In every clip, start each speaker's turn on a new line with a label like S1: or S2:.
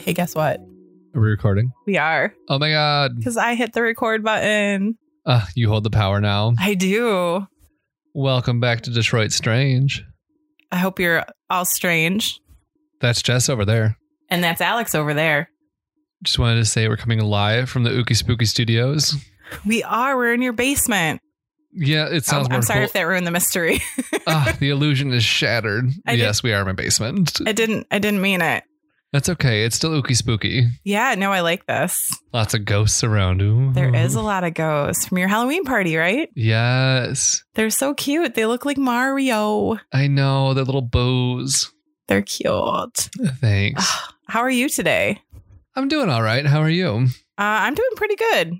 S1: Hey, guess what?
S2: Are we recording?
S1: We are.
S2: Oh my god.
S1: Because I hit the record button.
S2: Uh, you hold the power now.
S1: I do.
S2: Welcome back to Detroit Strange.
S1: I hope you're all strange.
S2: That's Jess over there.
S1: And that's Alex over there.
S2: Just wanted to say we're coming live from the Ookie Spooky Studios.
S1: We are. We're in your basement.
S2: Yeah, it sounds
S1: I'm,
S2: more
S1: I'm sorry
S2: full-
S1: if that ruined the mystery.
S2: Ah, the illusion is shattered.
S1: I did-
S2: yes, we are in my basement.
S1: I didn't I didn't mean it.
S2: That's okay. It's still Ookie Spooky.
S1: Yeah, no, I like this.
S2: Lots of ghosts around. Ooh.
S1: There is a lot of ghosts from your Halloween party, right?
S2: Yes.
S1: They're so cute. They look like Mario.
S2: I know. The little bows.
S1: They're cute.
S2: Thanks.
S1: How are you today?
S2: I'm doing all right. How are you?
S1: Uh, I'm doing pretty good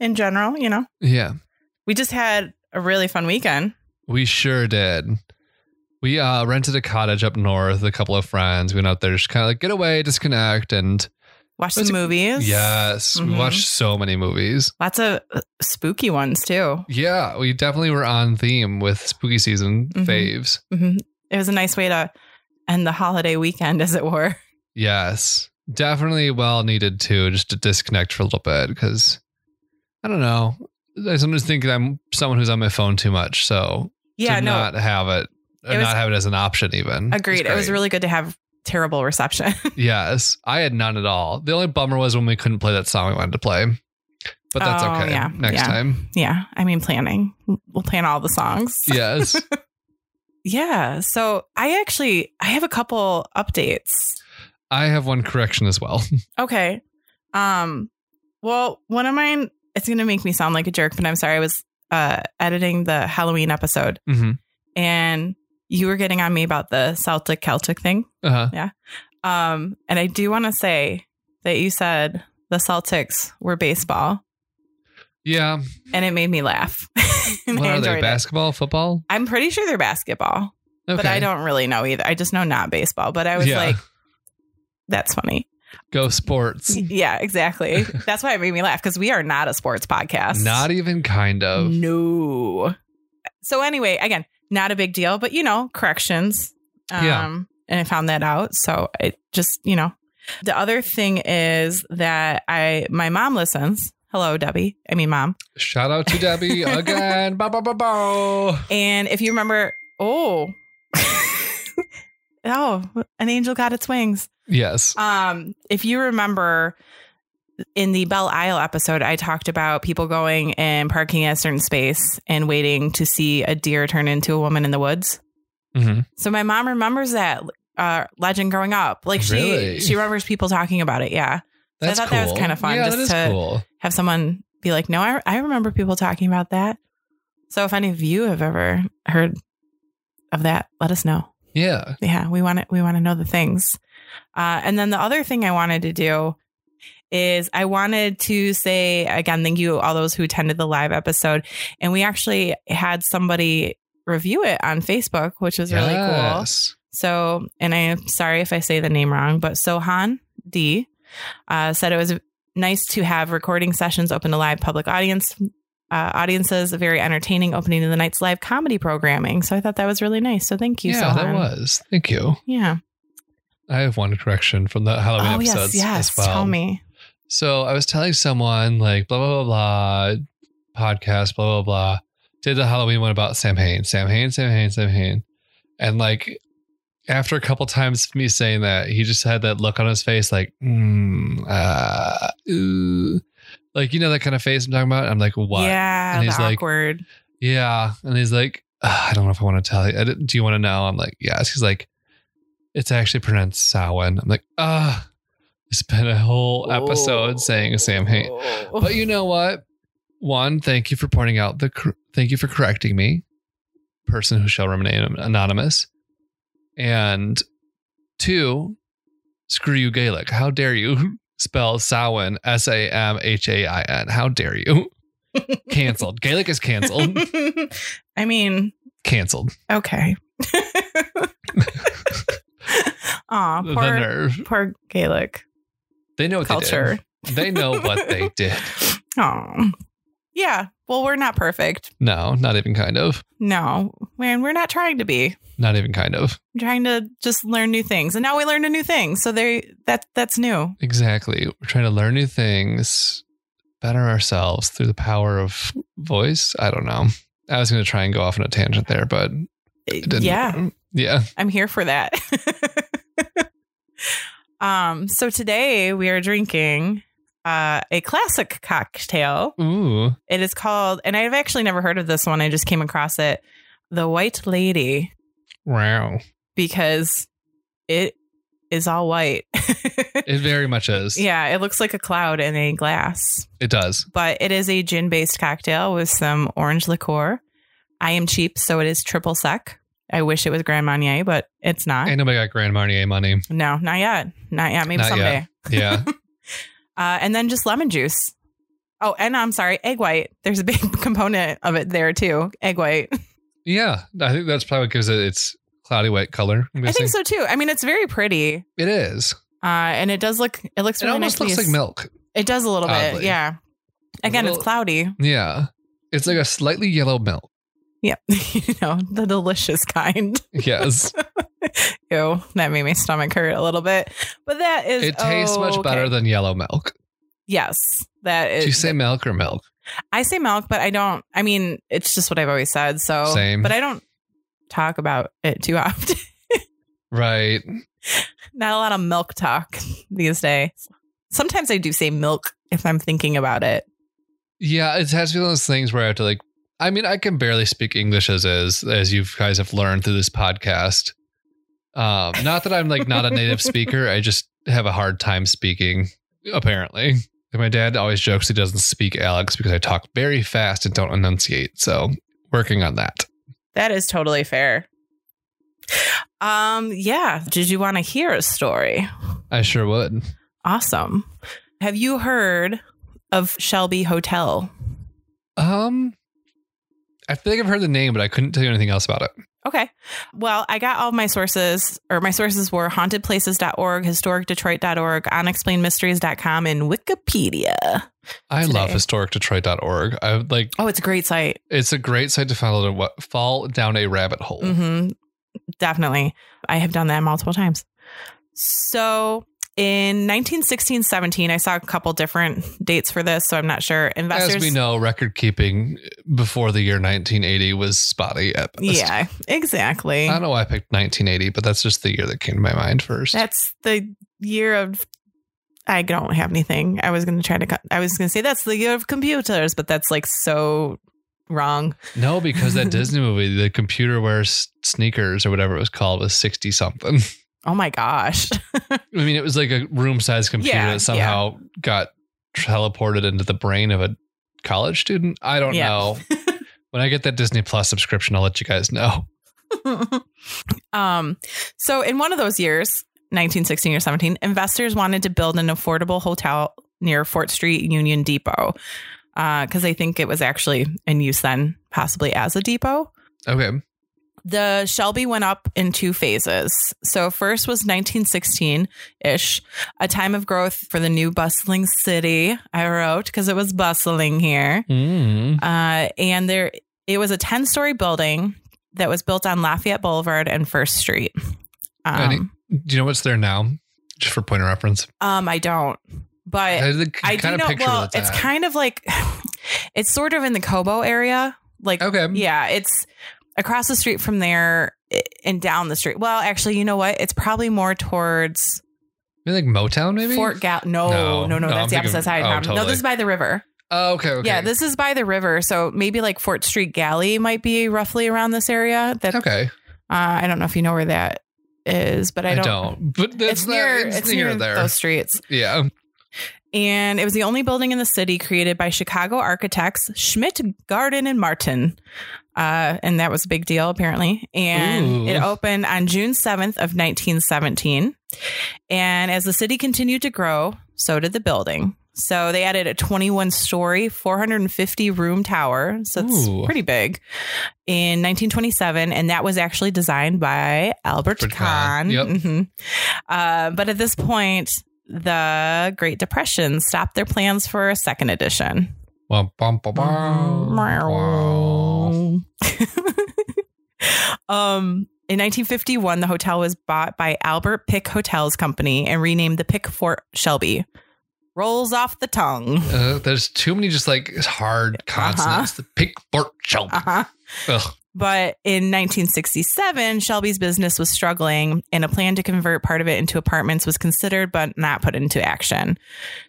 S1: in general, you know.
S2: Yeah.
S1: We just had a really fun weekend.
S2: We sure did. We uh, rented a cottage up north. A couple of friends went out there, just kind of like get away, disconnect, and
S1: Watched
S2: Was
S1: some
S2: it-
S1: movies.
S2: yes, we
S1: Mhm.
S2: watched so many movies.
S1: Lots of uh, spooky ones too.
S2: Yeah, we definitely were on theme with spooky season
S1: Mhm.
S2: faves.
S1: hmm It was a nice way to end the holiday weekend, as it were.
S2: Yes, definitely well needed too, just to disconnect for a little bit because I don't know. I sometimes think I'm someone who's on my phone too much, so
S1: Yeah,
S2: to
S1: no,
S2: not have it, or
S1: It was-
S2: not have it as an option, even
S1: agreed.
S2: is
S1: It was
S2: great.
S1: really good to have terrible reception.
S2: Yes, I had none at all. The only bummer was when we couldn't play that song we wanted to play, but that's
S1: Oh,
S2: okay.
S1: yeah,
S2: Next
S1: yeah.
S2: time,
S1: yeah, I mean, planning. We'll plan all the songs.
S2: yes.
S1: Yeah. So I actually I have a couple updates.
S2: I have one correction as well.
S1: Okay. Um. Well, one of mine. It's gonna make me sound like a jerk, but I'm sorry. I was uh editing the Halloween episode,
S2: hmm
S1: and you were getting on me about the Celtic Celtic thing.
S2: Uh-huh.
S1: Um, and I do want to say that you said the Celtics were baseball,
S2: Yeah.
S1: and it made me laugh. And
S2: What
S1: I
S2: are
S1: enjoyed
S2: they?
S1: it.
S2: Basketball, football?
S1: I'm pretty sure they're basketball,
S2: Okay.
S1: but I don't really know either. I just know not baseball. But I was
S2: Yeah.
S1: like, that's funny.
S2: go sports.
S1: Yeah, exactly. That's why it made me laugh because we are not a sports podcast.
S2: Not even kind of.
S1: Mm. no. So anyway, again, not a big deal, but you know, corrections. um,
S2: Yeah.
S1: And I found that out, so it just you know. The other thing is that I my mom listens. Hello, Debbie. I mean, mom.
S2: Shout out to Debbie again. Bow, bow, bow, bow.
S1: And if you remember, oh, oh, an angel got its wings.
S2: Yes.
S1: Um, if you remember in the Belle Isle episode, I talked about people going and parking at a certain space and waiting to see a deer turn into a woman in the woods.
S2: hmm
S1: So my mom remembers that uh, legend growing up. Like she
S2: Really?
S1: she remembers people talking about it. Yeah, I
S2: That's
S1: thought
S2: cool.
S1: that was kinda fun,
S2: Yeah,
S1: just
S2: that is
S1: to-
S2: cool.
S1: have someone be like, "No, I I remember people talking about that." So if any of you have ever heard of that, let us know.
S2: Yeah.
S1: yeah we want to we want to know the things uh, and then the other thing i wanted to do is i wanted to say again thank you all those who attended the live episode and we actually had somebody review it on facebook which was really cool
S2: Yes.
S1: so and i'm sorry if i say the name wrong but sohan d uh, said it was nice to have recording sessions open to live public audience uh, audiences very entertaining opening to the night's live comedy programming so i thought that was really nice so thank you
S2: yeah,
S1: Sohan.
S2: that was. Thank you.
S1: yeah
S2: I have one correction from the Halloween
S1: oh
S2: episodes
S1: yes, yes.
S2: as well.
S1: Tell me.
S2: So I was telling someone like blah blah blah blah podcast blah blah blah did the Halloween one about Sam Hain Sam Hain Sam Hain Sam Hain and like after a couple times of me saying that he just had that look on his face like mm, uh, ooh. like you know that kind of face I'm talking about I'm like what
S1: Yeah,
S2: And
S1: the
S2: he's like-
S1: awkward.
S2: yeah. And he's like, "Ugh, I don't know if I want to tell you. I didn't- Do you want to know? I'm like, yes. He's like, it's actually pronounced Samhain. I'm like, ah, I spent a whole episode
S1: Oh.
S2: saying Sam Hain. But you know what? One, thank you for pointing out the, cor- thank you for correcting me, person who shall remain anonymous. And two, screw you, Gaelic. How dare you spell Samhain, S A M H A I N? How dare you? canceled. Gaelic is canceled
S1: I mean,
S2: canceled.
S1: okay. Aw,
S2: the
S1: poor,
S2: nerve.
S1: poor Gaelic
S2: They know what
S1: culture.
S2: they did. They know what they did.
S1: Oh. Yeah. Well, we're not perfect.
S2: No, not even kind of.
S1: No, man, we're not trying to be.
S2: Not even kind of.
S1: I'm trying to just learn new things, and now we learned a new thing. So there, that that's new.
S2: Exactly. We're trying to learn new things, better ourselves through the power of voice. I don't know. I was going to try and go off on a tangent there, but it didn't.
S1: Yeah,
S2: Yeah.
S1: I'm here for that. um. So today we are drinking uh, a classic cocktail.
S2: Ooh.
S1: It is called, and I've actually never heard of this one. I just came across it, the White Lady,
S2: Wow.
S1: because it is all white.
S2: It very much is.
S1: yeah, it looks like a cloud in a glass.
S2: It does.
S1: but it is a gin based cocktail with some orange liqueur. I am cheap, so it is triple sec. I wish it was Grand Marnier, but it's not.
S2: Ain't nobody got Grand Marnier money.
S1: no, not yet. Not yet. Maybe
S2: Not
S1: someday.
S2: yet. Yeah.
S1: Uh, and then just lemon juice. Oh, and I'm sorry, egg white. There's a big component of it there too. Egg white.
S2: yeah. I think that's probably what gives it its cloudy white color. I'm
S1: I
S2: guessing.
S1: think so too. I mean, it's very pretty,
S2: It is.
S1: uh, and it does look. It looks
S2: It
S1: really
S2: almost
S1: nice.
S2: looks like milk.
S1: It does a little bit.
S2: Oddly.
S1: Yeah. Again,
S2: little-
S1: it's cloudy.
S2: Yeah. It's like a slightly yellow milk.
S1: Yep. you know, the delicious kind.
S2: Yes.
S1: Ew, that made my stomach hurt a little bit. But that is
S2: it tastes much
S1: Oh, okay.
S2: better than yellow milk.
S1: Yes, that is.
S2: Do you say milk or milk?
S1: I say milk, but I don't. I mean, it's just what I've always said. So,
S2: Same.
S1: But I don't talk about it too often.
S2: Right.
S1: Not a lot of milk talk these days. Sometimes I do say milk if I'm thinking about it.
S2: Yeah, it has to be one of those things where I have to like. I mean, I can barely speak English as is, as you guys have learned through this podcast. Um, not that I'm like not a native speaker. I just have a hard time speaking. Apparently, And my dad always jokes he doesn't speak Alex because I talk very fast and don't enunciate. So working on that.
S1: That is totally fair. Um. Yeah. Did you want to hear a story?
S2: I sure would.
S1: Awesome. Have you heard of Shelby Hotel?
S2: Um, I feel like I've heard the name, but I couldn't tell you anything else about it.
S1: Okay. Well, I got all my sources, or my sources were hauntedplaces.org, historicdetroit.org, unexplainedmysteries.com, and Wikipedia.
S2: I love
S1: Today.
S2: historicdetroit.org. I would like
S1: Oh, it's a great site.
S2: it's a great site to follow to fall down a rabbit hole.
S1: hmm Definitely. I have done that multiple times. So in 1916 17, I saw a couple different dates for this, so I'm not sure. Investors.
S2: As we know, record keeping before the year 1980 was spotty at best.
S1: Yeah, exactly.
S2: I don't know why I picked 1980, but that's just the year that came to my mind first.
S1: That's the year of. I don't have anything. I was going to try to. co- I was going to say that's the year of computers, but that's like so wrong.
S2: no, because that Disney movie, the computer wears sneakers or whatever it was called, was 60 something.
S1: Oh my gosh.
S2: I mean, it was like a room sized computer
S1: Yeah,
S2: that somehow got teleported into the brain of a college student. I don't
S1: Yeah.
S2: know. when I get that Disney Plus subscription, I'll let you guys know.
S1: um, so in one of those years, 1916 or 17, investors wanted to build an affordable hotel near Fort Street Union Depot because they think it was actually in use then, possibly as a depot.
S2: Okay.
S1: the Shelby went up in two phases. So first was 1916-ish, a time of growth for the new bustling city. I wrote because it was bustling here,
S2: Mm.
S1: uh, and there it was a 10-story building that was built on Lafayette Boulevard and First Street.
S2: Any-
S1: Um,
S2: Do you know what's there now? Just for point of reference.
S1: um, I don't, but
S2: I, did-
S1: I do
S2: kinda
S1: know.
S2: picture where
S1: Well, it's
S2: at.
S1: kind of like it's sort of in the Kobo area, like
S2: Okay.
S1: Yeah, it's across the street from there i- and down the street. Well, actually, you know what? It's probably more towards
S2: Maybe like Motown, maybe?
S1: Fort Gal. No, no,
S2: No,
S1: no,
S2: no,
S1: that's
S2: I'm
S1: the
S2: thinking-
S1: opposite side.
S2: oh,
S1: Tom. No,
S2: totally.
S1: this is by the river.
S2: Oh, okay, okay.
S1: Yeah, this is by the river. So maybe like Fort Street Galley might be roughly around this area. That uh,
S2: okay.
S1: I don't know if you know where that is, but I
S2: I
S1: don't.
S2: don't. But that's
S1: It's
S2: not,
S1: near.
S2: it's,
S1: It's
S2: near,
S1: near
S2: there.
S1: those streets.
S2: yeah.
S1: And it was the only building in the city created by Chicago architects Schmidt, Garden, and Martin. Uh, and that was a big deal, apparently. And
S2: Ooh.
S1: it opened on June 7th of 1917. And as the city continued to grow, so did the building. So they added a 21 story, 450 room tower. So it's
S2: Ooh.
S1: pretty big in 1927. And that was actually designed by Albert
S2: Albert
S1: Kahn.
S2: Kahn. Yep.
S1: Mhm. Uh, but at this point, the Great Depression stopped their plans for a second edition.
S2: Wow, bum, bum, bum. Wow.
S1: um, in 1951, the hotel was bought by Albert Pick Hotels Company and renamed the Pick Fort Shelby. Rolls off the tongue.
S2: Uh, there's too many just like hard consonants. The pick Bart Shelby.
S1: Uh-huh.
S2: Ugh.
S1: But in 1967, Shelby's business was struggling, and a plan to convert part of it into apartments was considered but not put into action.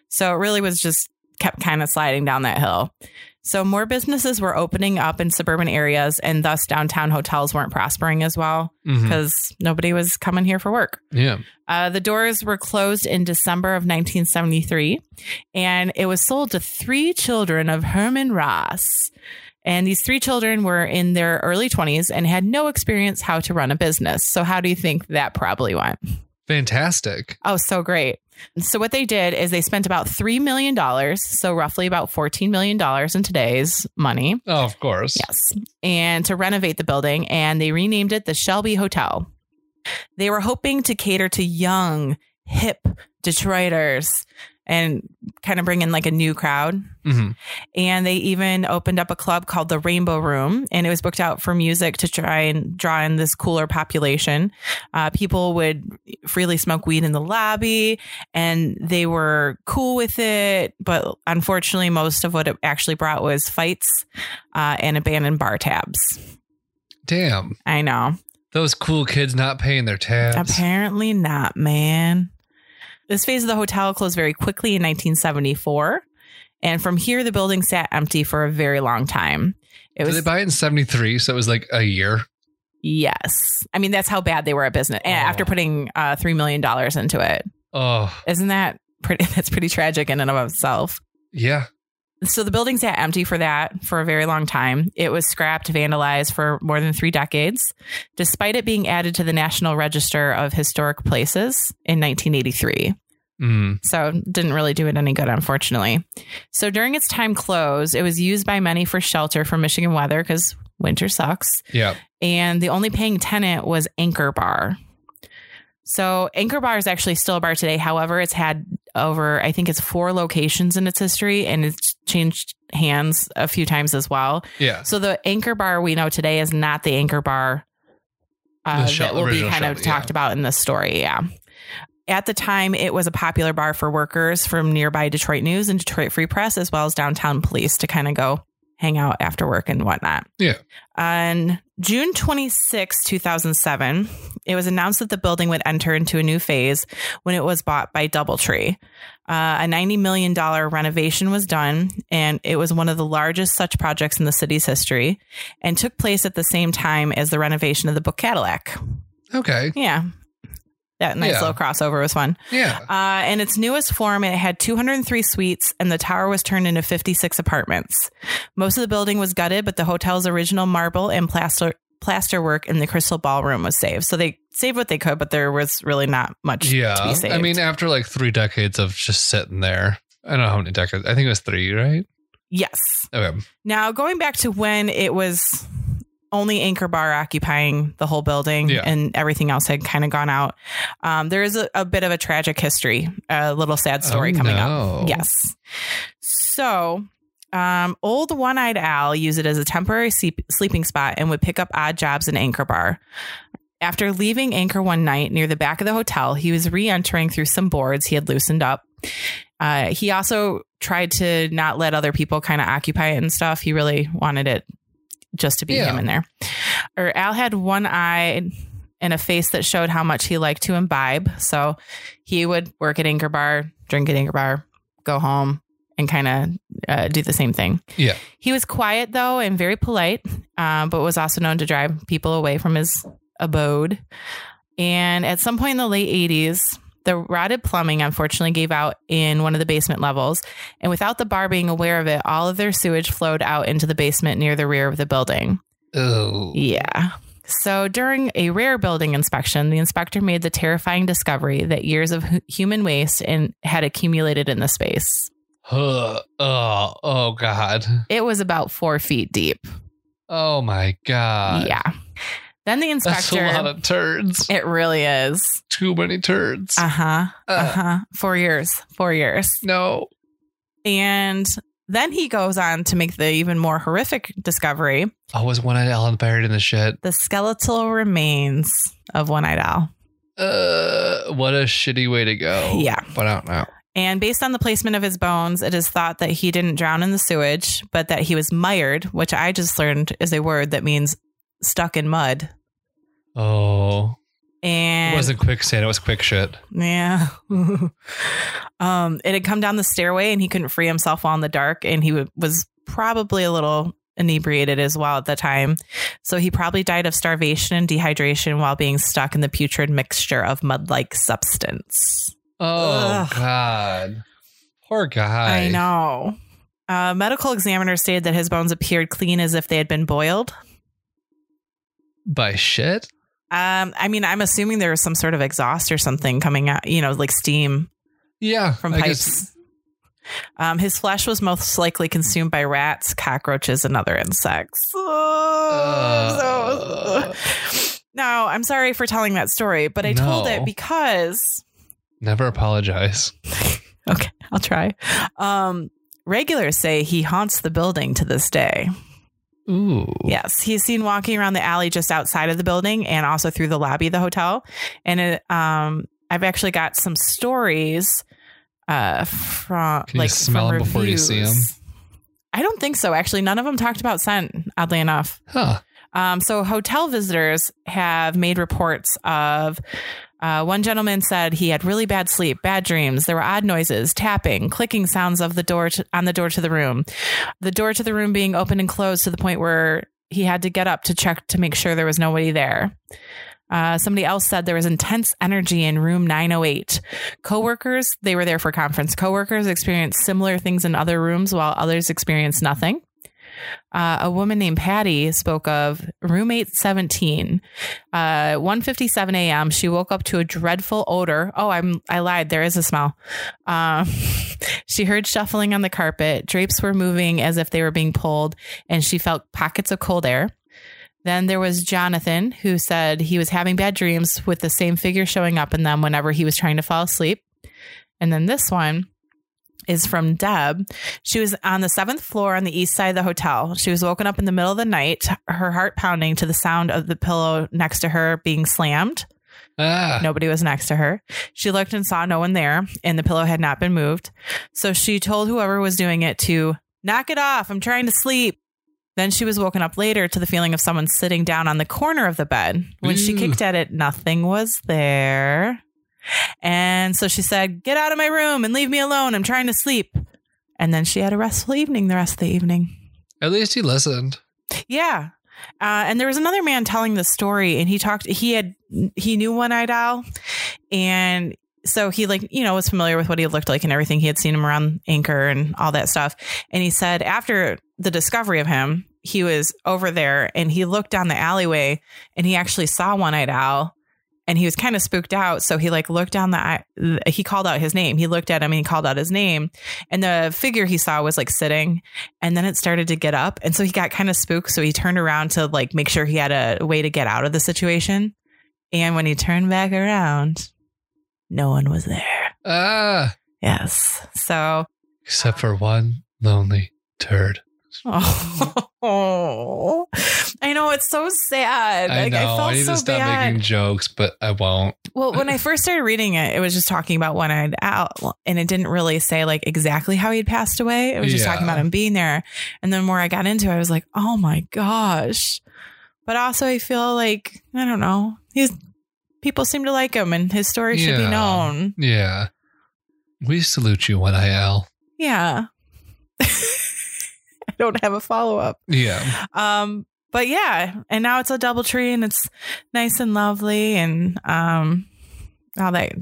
S1: So it really was just kept kind of sliding down that hill. So more businesses were opening up in suburban areas, and thus downtown hotels weren't prospering as well
S2: Mhm.
S1: because nobody was coming here for work.
S2: Yeah.
S1: Uh, the doors were closed in December of 1973, and it was sold to three children of Herman Ross. And these three children were in their early 20s and had no experience how to run a business. So, how do you think that probably went?
S2: Fantastic.
S1: Oh, so great. So, what they did is they spent about $3 million, so roughly about $14 million in today's money.
S2: Oh, of course.
S1: Yes. And to renovate the building, and they renamed it the Shelby Hotel. They were hoping to cater to young, hip Detroiters and kind of bring in like a new crowd.
S2: Mhm.
S1: And they even opened up a club called the Rainbow Room, and it was booked out for music to try and draw in this cooler population. Uh, people would freely smoke weed in the lobby, and they were cool with it. But unfortunately, most of what it actually brought was fights uh, and abandoned bar tabs.
S2: Damn.
S1: I know.
S2: Those cool kids not paying their tabs.
S1: Apparently not, man. This phase of the hotel closed very quickly in 1974. And from here, the building sat empty for a very long time. It
S2: Did
S1: was,
S2: they buy it in 73? So it was like a year.
S1: yes. I mean, that's how bad they were at business. And
S2: Oh.
S1: after putting uh, $3 million into it,
S2: Oh,
S1: isn't that pretty? That's pretty tragic in and of itself.
S2: yeah.
S1: So the building sat empty for that for a very long time. It was scrapped, vandalized for more than three decades, despite it being added to the National Register of Historic Places in 1983.
S2: Mm.
S1: So didn't really do it any good, unfortunately. So during its time closed, it was used by many for shelter from Michigan weather because winter sucks.
S2: Yeah.
S1: And the only paying tenant was Anchor Bar. So Anchor Bar is actually still a bar today. However, it's had over, I think it's four locations in its history and it's changed hands a few times as well.
S2: Yeah.
S1: So the Anchor Bar we know today is not the Anchor Bar uh,
S2: The shell-
S1: that will be
S2: original
S1: kind of
S2: shell, yeah.
S1: talked about in this story. Yeah. At the time, it was a popular bar for workers from nearby Detroit News and Detroit Free Press, as well as downtown police to kind of go hang out after work and whatnot.
S2: Yeah.
S1: On June 26, 2007, it was announced that the building would enter into a new phase when it was bought by Doubletree. Uh, a $90 million renovation was done, and it was one of the largest such projects in the city's history and took place at the same time as the renovation of the book Cadillac.
S2: Okay.
S1: Yeah. That nice
S2: Yeah.
S1: little crossover was fun.
S2: Yeah.
S1: Uh, in its newest form, it had 203 suites, and the tower was turned into 56 apartments. Most of the building was gutted, but the hotel's original marble and plaster plaster work in the crystal ballroom was saved. So they saved what they could, but there was really not much to
S2: Yeah.
S1: be saved.
S2: I mean, after like three decades of just sitting there, I don't know how many decades. I think it was three, right?
S1: yes.
S2: Okay.
S1: Now, going back to when it was only Anchor Bar occupying the whole building
S2: Yeah.
S1: and everything else had kind of gone out, um, there is a, a bit of a tragic history, a little sad story
S2: Oh,
S1: coming
S2: no.
S1: up. Yes. So. Um, old one eyed Al used it as a temporary sleep- sleeping spot and would pick up odd jobs in Anchor Bar. After leaving Anchor one night near the back of the hotel, he was re entering through some boards he had loosened up. Uh, he also tried to not let other people kind of occupy it and stuff. He really wanted it just to be
S2: Yeah.
S1: him in there. Or Al had one eye and a face that showed how much he liked to imbibe. So he would work at Anchor Bar, drink at Anchor Bar, go home, and kind of uh, do the same thing.
S2: Yeah.
S1: He was quiet though and very polite, um, but was also known to drive people away from his abode. And at some point in the late 80s, the rotted plumbing unfortunately gave out in one of the basement levels. And without the bar being aware of it, all of their sewage flowed out into the basement near the rear of the building.
S2: Oh.
S1: Yeah. So during a rare building inspection, the inspector made the terrifying discovery that years of hu- human waste and had accumulated in the space.
S2: Huh. Oh, oh God.
S1: It was about four feet deep.
S2: Oh my God.
S1: yeah. Then the
S2: That's
S1: inspector.
S2: a lot of turds.
S1: it really is.
S2: Too many turds.
S1: Uh huh.
S2: Uh,
S1: Uh huh. Four years. Four years.
S2: no.
S1: And Then he goes on to make the even more horrific discovery
S2: Oh, was one eyed Alan buried in the shit?
S1: the skeletal remains of One Eyed Owl.
S2: Uh, what a shitty way to go.
S1: Yeah.
S2: But I don't know.
S1: And based on the placement of his bones, it is thought that he didn't drown in the sewage, but that he was mired, which I just learned is a word that means stuck in mud.
S2: Oh,
S1: And
S2: it wasn't quicksand. It was quick shit.
S1: Yeah. um, it had come down the stairway and he couldn't free himself while in the dark. And he w- was probably a little inebriated as well at the time. So he probably died of starvation and dehydration while being stuck in the putrid mixture of mud like substance.
S2: Oh,
S1: Ugh.
S2: God. Poor guy.
S1: I know. Uh, medical examiner stated that his bones appeared clean as if they had been boiled.
S2: By shit?
S1: Um, I mean, I'm assuming there was some sort of exhaust or something coming out, you know, like steam
S2: Yeah.
S1: from
S2: I guess-
S1: pipes. Um, his flesh was most likely consumed by rats, cockroaches, and other insects. Oh, I'm so- no, I'm sorry for telling that story, but I told
S2: No.
S1: it because
S2: Never apologize.
S1: okay, I'll try. Um, regulars say he haunts the building to this day.
S2: Ooh.
S1: Yes, he's seen walking around the alley just outside of the building and also through the lobby of the hotel. And it, um, I've actually got some stories uh, from
S2: Can you
S1: like
S2: smell
S1: from
S2: 'em before you see 'em?
S1: reviews. I don't think so. Actually, none of them talked about scent. Oddly enough,
S2: Huh.
S1: um, so hotel visitors have made reports of. Uh, one gentleman said he had really bad sleep, bad dreams. There were odd noises, tapping, clicking sounds of the door to, on the door to the room. The door to the room being opened and closed to the point where he had to get up to check to make sure there was nobody there. Uh, somebody else said there was intense energy in room 908. Coworkers, they were there for conference. Coworkers experienced similar things in other rooms, while others experienced nothing. Uh, a woman named Patty spoke of roommate 17. Uh, 1:57 a.m. She woke up to a dreadful odor. Oh, I'm I lied. There is a smell. Um, she heard shuffling on the carpet. Drapes were moving as if they were being pulled, and she felt pockets of cold air. Then there was Jonathan, who said he was having bad dreams with the same figure showing up in them whenever he was trying to fall asleep. And then this one is from Deb. She was on the seventh floor on the east side of the hotel. She was woken up in the middle of the night, her heart pounding to the sound of the pillow next to her being slammed.
S2: Ah.
S1: Nobody was next to her. She looked and saw no one there, and the pillow had not been moved. So she told whoever was doing it to knock it off. I'm trying to sleep. Then she was woken up later to the feeling of someone sitting down on the corner of the bed. When she
S2: Ooh.
S1: kicked at it, nothing was there. And so she said, Get out of my room and leave me alone. I'm trying to sleep. And then she had a restful evening the rest of the evening.
S2: At least he listened.
S1: Yeah. Uh, and there was another man telling the story, and he talked. He had he knew One Eyed Owl, and so he like you know was familiar with what he looked like and everything. He had seen him around Anchor and all that stuff. And he said after the discovery of him, he was over there and he looked down the alleyway and he actually saw One Eyed Owl, and he was kind of spooked out. So he like looked down the eye- he called out his name. He looked at him and he called out his name, and the figure he saw was like sitting and then it started to get up and so he got kind of spooked so he turned around to like make sure he had a way to get out of the situation and when he turned back around no one was there
S2: Ah.
S1: yes so
S2: Except for one lonely turd.
S1: oh, i know it's so sad
S2: I
S1: Like,
S2: know. I,
S1: felt
S2: need
S1: so
S2: to stop
S1: bad
S2: making jokes, but I won't.
S1: Well, when I first started reading it, it was just talking about one eyed owl, and it didn't really say like exactly how he'd passed away. It was just
S2: Yeah.
S1: talking about him being there. And then the more I got into it, I was like, oh my gosh. But also, I feel like, I don't know, he's people seem to like him and his story should be
S2: Yeah.
S1: known.
S2: Yeah. We salute you, one IL.
S1: Yeah. I don't have a follow up.
S2: Yeah.
S1: Um, but yeah, and now it's a double tree and it's nice and lovely and um all that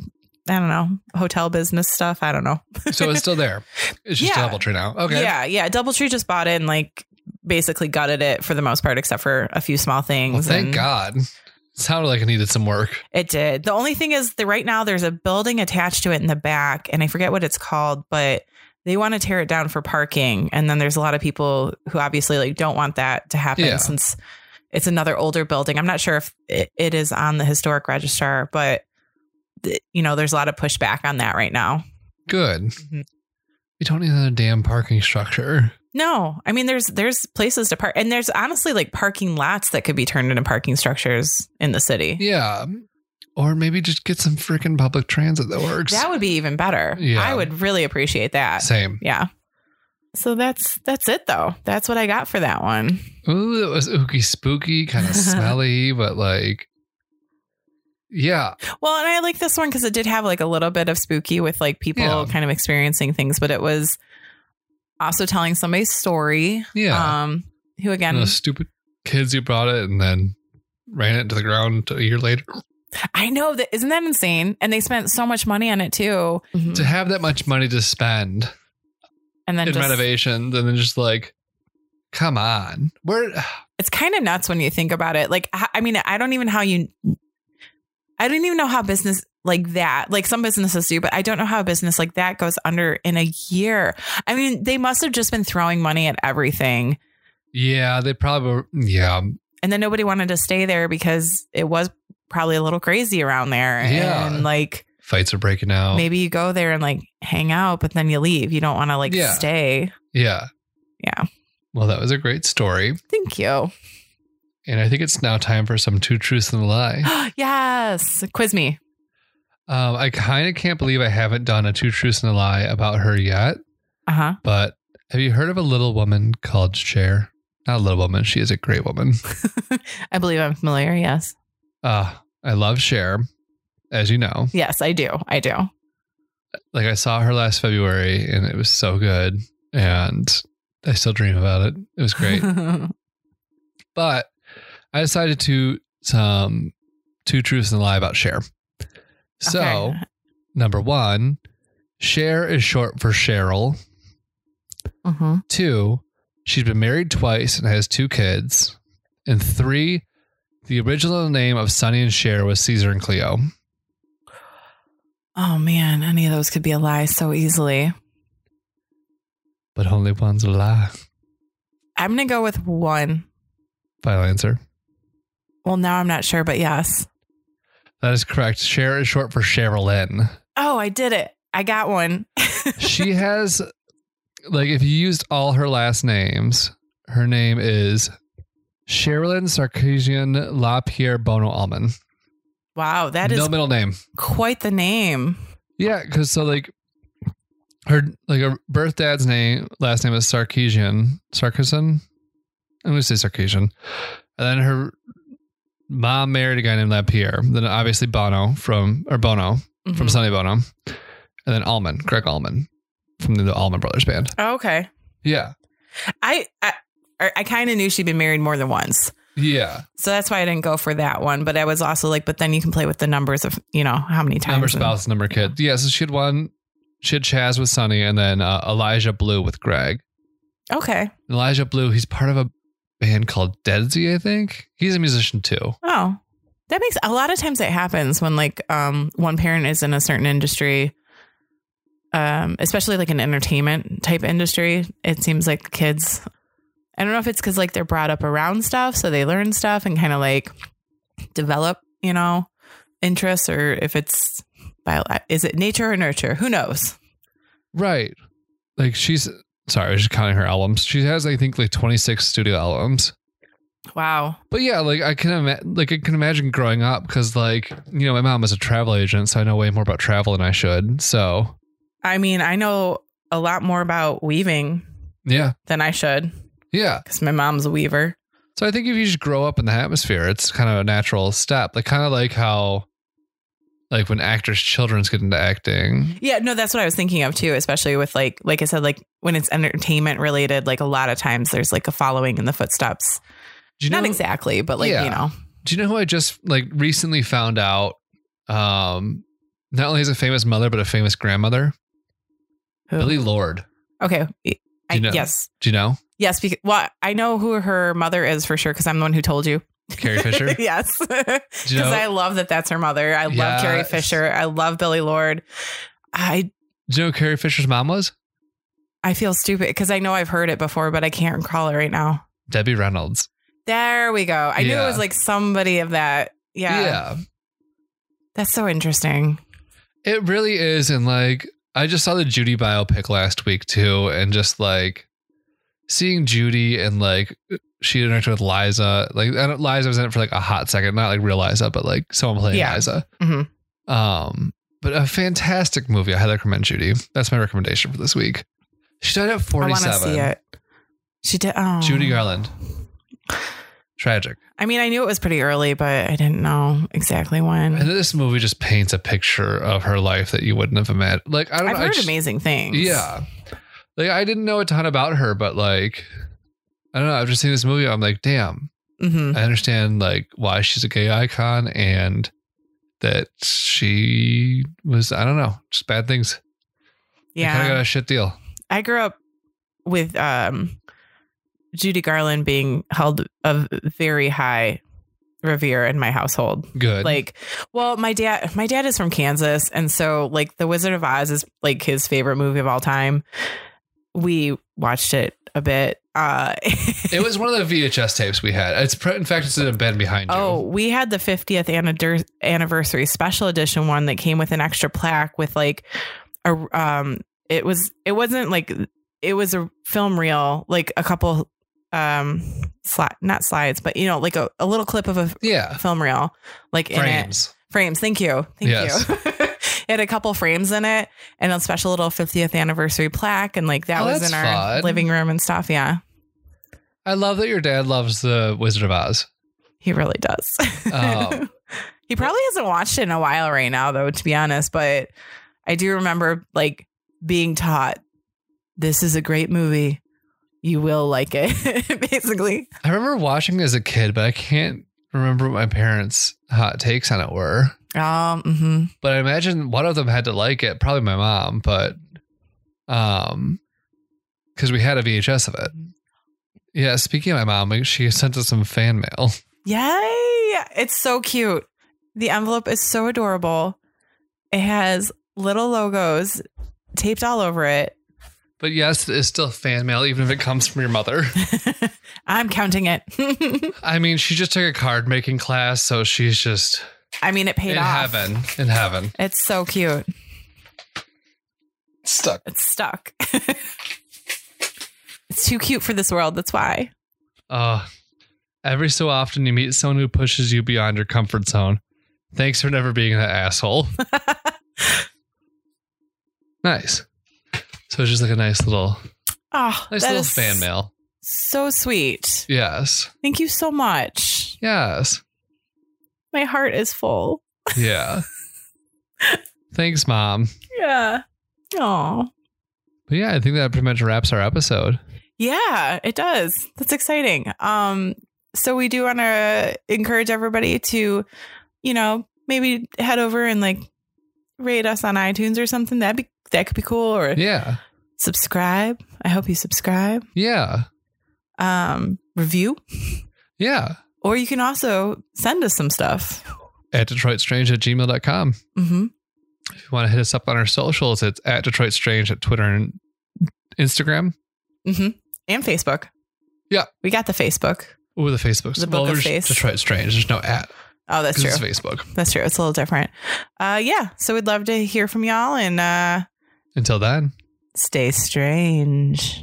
S1: I don't know, hotel business stuff. I don't know.
S2: So it's still there. It's just
S1: Yeah.
S2: a Doubletree now. Okay.
S1: Yeah, yeah. Doubletree just bought it and like basically gutted it for the most part, except for a few small things.
S2: Well, thank
S1: and
S2: God. It sounded like it needed some work.
S1: It did. The only thing is that right now there's a building attached to it in the back, and I forget what it's called, but they want to tear it down for parking. And then there's a lot of people who obviously like don't want that to happen
S2: Yeah.
S1: since it's another older building. I'm not sure if it, it is on the historic register, but th- you know, there's a lot of pushback on that right now.
S2: Good.
S1: Mhm.
S2: We don't need another damn parking structure.
S1: No, I mean there's there's places to park, and there's honestly like parking lots that could be turned into parking structures in the city.
S2: Yeah. Or maybe just get some freaking public transit that works.
S1: That would be even better.
S2: Yeah.
S1: I would really appreciate that.
S2: Same.
S1: Yeah. So that's that's it though. That's what I got for that one.
S2: Ooh, that was ooky spooky, kind of smelly, but like, yeah,
S1: Well, and I like this one because it did have like a little bit of spooky with like people
S2: Yeah.
S1: kind of experiencing things, but it was also telling somebody's story.
S2: yeah.
S1: Um, who
S2: And
S1: again?
S2: those stupid kids who brought it and then ran it to the ground a year later.
S1: I know that isn't that insane? And they spent so much money on it too.
S2: To have that much money to spend
S1: Mm. And then
S2: in
S1: just-
S2: renovations and then just like, come on, where?
S1: it's kind of nuts when you think about it. Like, I I mean, I don't even how you, I don't even know how business like that, like some businesses do, but I don't know how a business like that goes under in a year. I mean, they must have just been throwing money at everything,
S2: Yeah, they probably. Yeah,
S1: and then nobody wanted to stay there because it was probably a little crazy around there,
S2: Yeah. Oh.
S1: and like
S2: fights are breaking out.
S1: maybe you go there and like hang out, but then you leave. You don't want to like
S2: Yeah.
S1: stay.
S2: Yeah.
S1: Yeah.
S2: Well, that was a great story,
S1: Thank you.
S2: and I think it's now time for some two truths and a lie.
S1: yes, quiz me.
S2: Um, I kind of can't believe I haven't done a two truths and a lie about her yet.
S1: Uh huh.
S2: But have you heard of a little woman called Cher? Not a little woman. She is a great woman.
S1: I believe I'm familiar. Yes.
S2: Uh, I love Cher, as you know.
S1: Yes, I do. I do.
S2: Like I saw her last February, and it was so good, and I still dream about it. It was great. but I decided to um two truths and a lie about Cher. So
S1: Okay.
S2: number one, Cher is short for Cheryl.
S1: Mhm.
S2: Two, she's been married twice and has two kids. And three, the original name of Sonny and Cher was Caesar and Cleo.
S1: Oh man, any of those could be a lie so easily.
S2: But only one's a lie.
S1: I'm gonna go with one.
S2: Final answer.
S1: Well, now I'm not sure, but yes.
S2: That is correct. Cher is short for Sherilyn.
S1: Oh, I did it. I got one.
S2: she has, like, if you used all her last names, her name is Sherilyn Sarkisian LaPierre Bono Alman.
S1: Wow, that is
S2: no middle name.
S1: quite the name.
S2: Yeah, because so like her like her birth dad's name last name is Sarkeesian. Sarkisian. I'm gonna say Sarkeesian. And then her mom married a guy named Lapierre. Then obviously Bono from or Bono from
S1: Mhm.
S2: Sonny Bono. And then Allman, Greg Allman from the Allman Brothers band.
S1: Oh, okay.
S2: Yeah.
S1: I I, I kind of knew she'd been married more than once,
S2: Yeah.
S1: so that's why I didn't go for that one. But I was also like, but then you can play with the numbers of you know how many times.
S2: Number
S1: and-
S2: spouse, number kid. Yeah, so she had one she had Chaz with Sonny and then uh, Elijah Blue with Greg.
S1: Okay.
S2: Elijah Blue, he's part of a band called Deadsy, I think. He's a musician too.
S1: Oh, that makes a lot of times it happens when like um one parent is in a certain industry, um especially like an entertainment type industry. It seems like kids. I don't know if it's because like they're brought up around stuff, so they learn stuff and kind of like develop, you know, interests, or if it's bio- is it nature or nurture? Who knows?
S2: Right. Like she's sorry, I was just counting her albums. She has, I think, like twenty six studio albums.
S1: Wow.
S2: But yeah, like I can ima- like I can imagine growing up because like you know my mom is a travel agent, so I know way more about travel than I should. So
S1: I mean, I know a lot more about weaving
S2: yeah,
S1: than I should
S2: yeah.
S1: because my mom's a weaver.
S2: So I think if you just grow up in the atmosphere, it's kind of a natural step. Like kind of like how like when actors' children's get into acting.
S1: Yeah, no, that's what I was thinking of too, especially with like, like I said, like when it's entertainment related, like a lot of times there's like a following in the footsteps.
S2: Do you
S1: Not
S2: know
S1: exactly, but like,
S2: Yeah.
S1: you know,
S2: do you know who I just like recently found out? Um, not only is a famous mother, but a famous grandmother,
S1: who.
S2: Billy Lord.
S1: Okay. I,
S2: you know?
S1: Yes.
S2: Do you know
S1: Yes. Because, well, I know who her mother is for sure because I'm the one who told you.
S2: Carrie Fisher? Do
S1: yes. Because
S2: you know,
S1: I love that that's her mother. I love Carrie
S2: Yes.
S1: Fisher. I love Billy Lord. I,
S2: do you know who Carrie Fisher's mom was
S1: I feel stupid because I know I've heard it before, but I can't recall it right now.
S2: Debbie Reynolds?
S1: There we go. I knew it
S2: Yeah.
S1: was like somebody of that. yeah. That's so interesting.
S2: it really is, and like I just saw the Judy biopic last week too, and just like seeing Judy and like she interacted with Liza. Like I don't, Liza was in it for like a hot second, not like real Liza, but like someone playing
S1: Yeah.
S2: Liza.
S1: Mhm.
S2: Um, but a fantastic movie. I highly recommend Judy. That's my recommendation for this week. She died at
S1: I want to
S2: forty-seven.
S1: see it. She did. Oh.
S2: Judy Garland. Tragic.
S1: I mean, I knew it was pretty early, but I didn't know exactly when.
S2: And this movie just paints a picture of her life that you wouldn't have imagined. Like I don't
S1: I've
S2: know. I
S1: heard
S2: just-
S1: amazing things.
S2: Yeah. Like I didn't know a ton about her, but like I don't know. I've just seen this movie. I'm like, damn,
S1: hmm
S2: I understand like why she's a gay icon and that she was I don't know, just bad things.
S1: Yeah.
S2: Kind of got a shit deal.
S1: I grew up with um, Judy Garland being held of very high revere in my household.
S2: Good.
S1: Like, well, my dad, my dad is from Kansas, and so like The Wizard of Oz is like his favorite movie of all time. We watched it a bit. Uh,
S2: it was one of the VHS tapes we had. It's pre- in fact it's in a bed behind you.
S1: Oh, we had the 50th annider- anniversary special edition one that came with an extra plaque with like a um it was it wasn't like it was a film reel like a couple um slide not slides but you know like a, a little clip of a
S2: yeah.
S1: film reel like in it
S2: Frames.
S1: frames thank you thank
S2: Yes.
S1: you it had a couple frames in it and a special little 50th anniversary plaque and like that
S2: Oh,
S1: was
S2: that's
S1: in our
S2: fun.
S1: living room and stuff yeah
S2: I love that your dad loves the Wizard of Oz.
S1: He really does. Um,
S2: Oh.
S1: he probably hasn't watched it in a while right now, though, to be honest. But I do remember like being taught this is a great movie. You will like it, basically.
S2: I remember watching it as a kid, but I can't remember what my parents' hot takes on it were.
S1: Um, hmm
S2: but I imagine one of them had to like it, probably my mom, but um because we had a VHS of it. Yeah, speaking of my mom, like, she sent us some fan mail.
S1: Yay! It's so cute. The envelope is so adorable. It has little logos taped all over it.
S2: But yes, it's still fan mail, even if it comes from your mother.
S1: I'm counting it.
S2: I mean, she just took a card making class, so she's just
S1: I mean, it paid
S2: in
S1: off.
S2: heaven. In heaven.
S1: It's so cute.
S2: Stuck.
S1: It's stuck. it's too cute for this world. That's why.
S2: Uh, every so often you meet someone who pushes you beyond your comfort zone. Thanks for never being that asshole. nice. So it's just like a nice little
S1: Oh,
S2: nice
S1: that
S2: little
S1: is
S2: fan mail.
S1: So sweet.
S2: Yes.
S1: Thank you so much.
S2: Yes.
S1: My heart is full.
S2: Yeah. Thanks, mom.
S1: Yeah. Oh.
S2: But yeah, I think that pretty much wraps our episode.
S1: Yeah, it does. That's exciting. Um so we do want to encourage everybody to you know, maybe head over and like rate us on iTunes or something. That'd be that could be cool or
S2: Yeah.
S1: subscribe. I hope you subscribe.
S2: Yeah.
S1: Um review
S2: Yeah.
S1: Or you can also send us some stuff.
S2: At DetroitStrange at gmail.com.
S1: hmm
S2: If you want to hit us up on our socials, it's at Detroit Strange at Twitter and Instagram.
S1: And Facebook.
S2: Yeah.
S1: We got the Facebook.
S2: Ooh, the Facebook.
S1: The book of
S2: there's
S1: face.
S2: Detroit Strange. There's no at.
S1: Oh, that's
S2: 'cause
S1: true.
S2: It's Facebook.
S1: That's true. It's a little different. Uh, yeah. So we'd love to hear from y'all and uh,
S2: Until then.
S1: stay strange.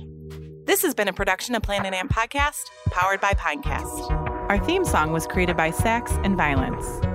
S1: This has been a production of Planet Amp Podcast, powered by Pinecast. Our theme song was created by Sax and Violence.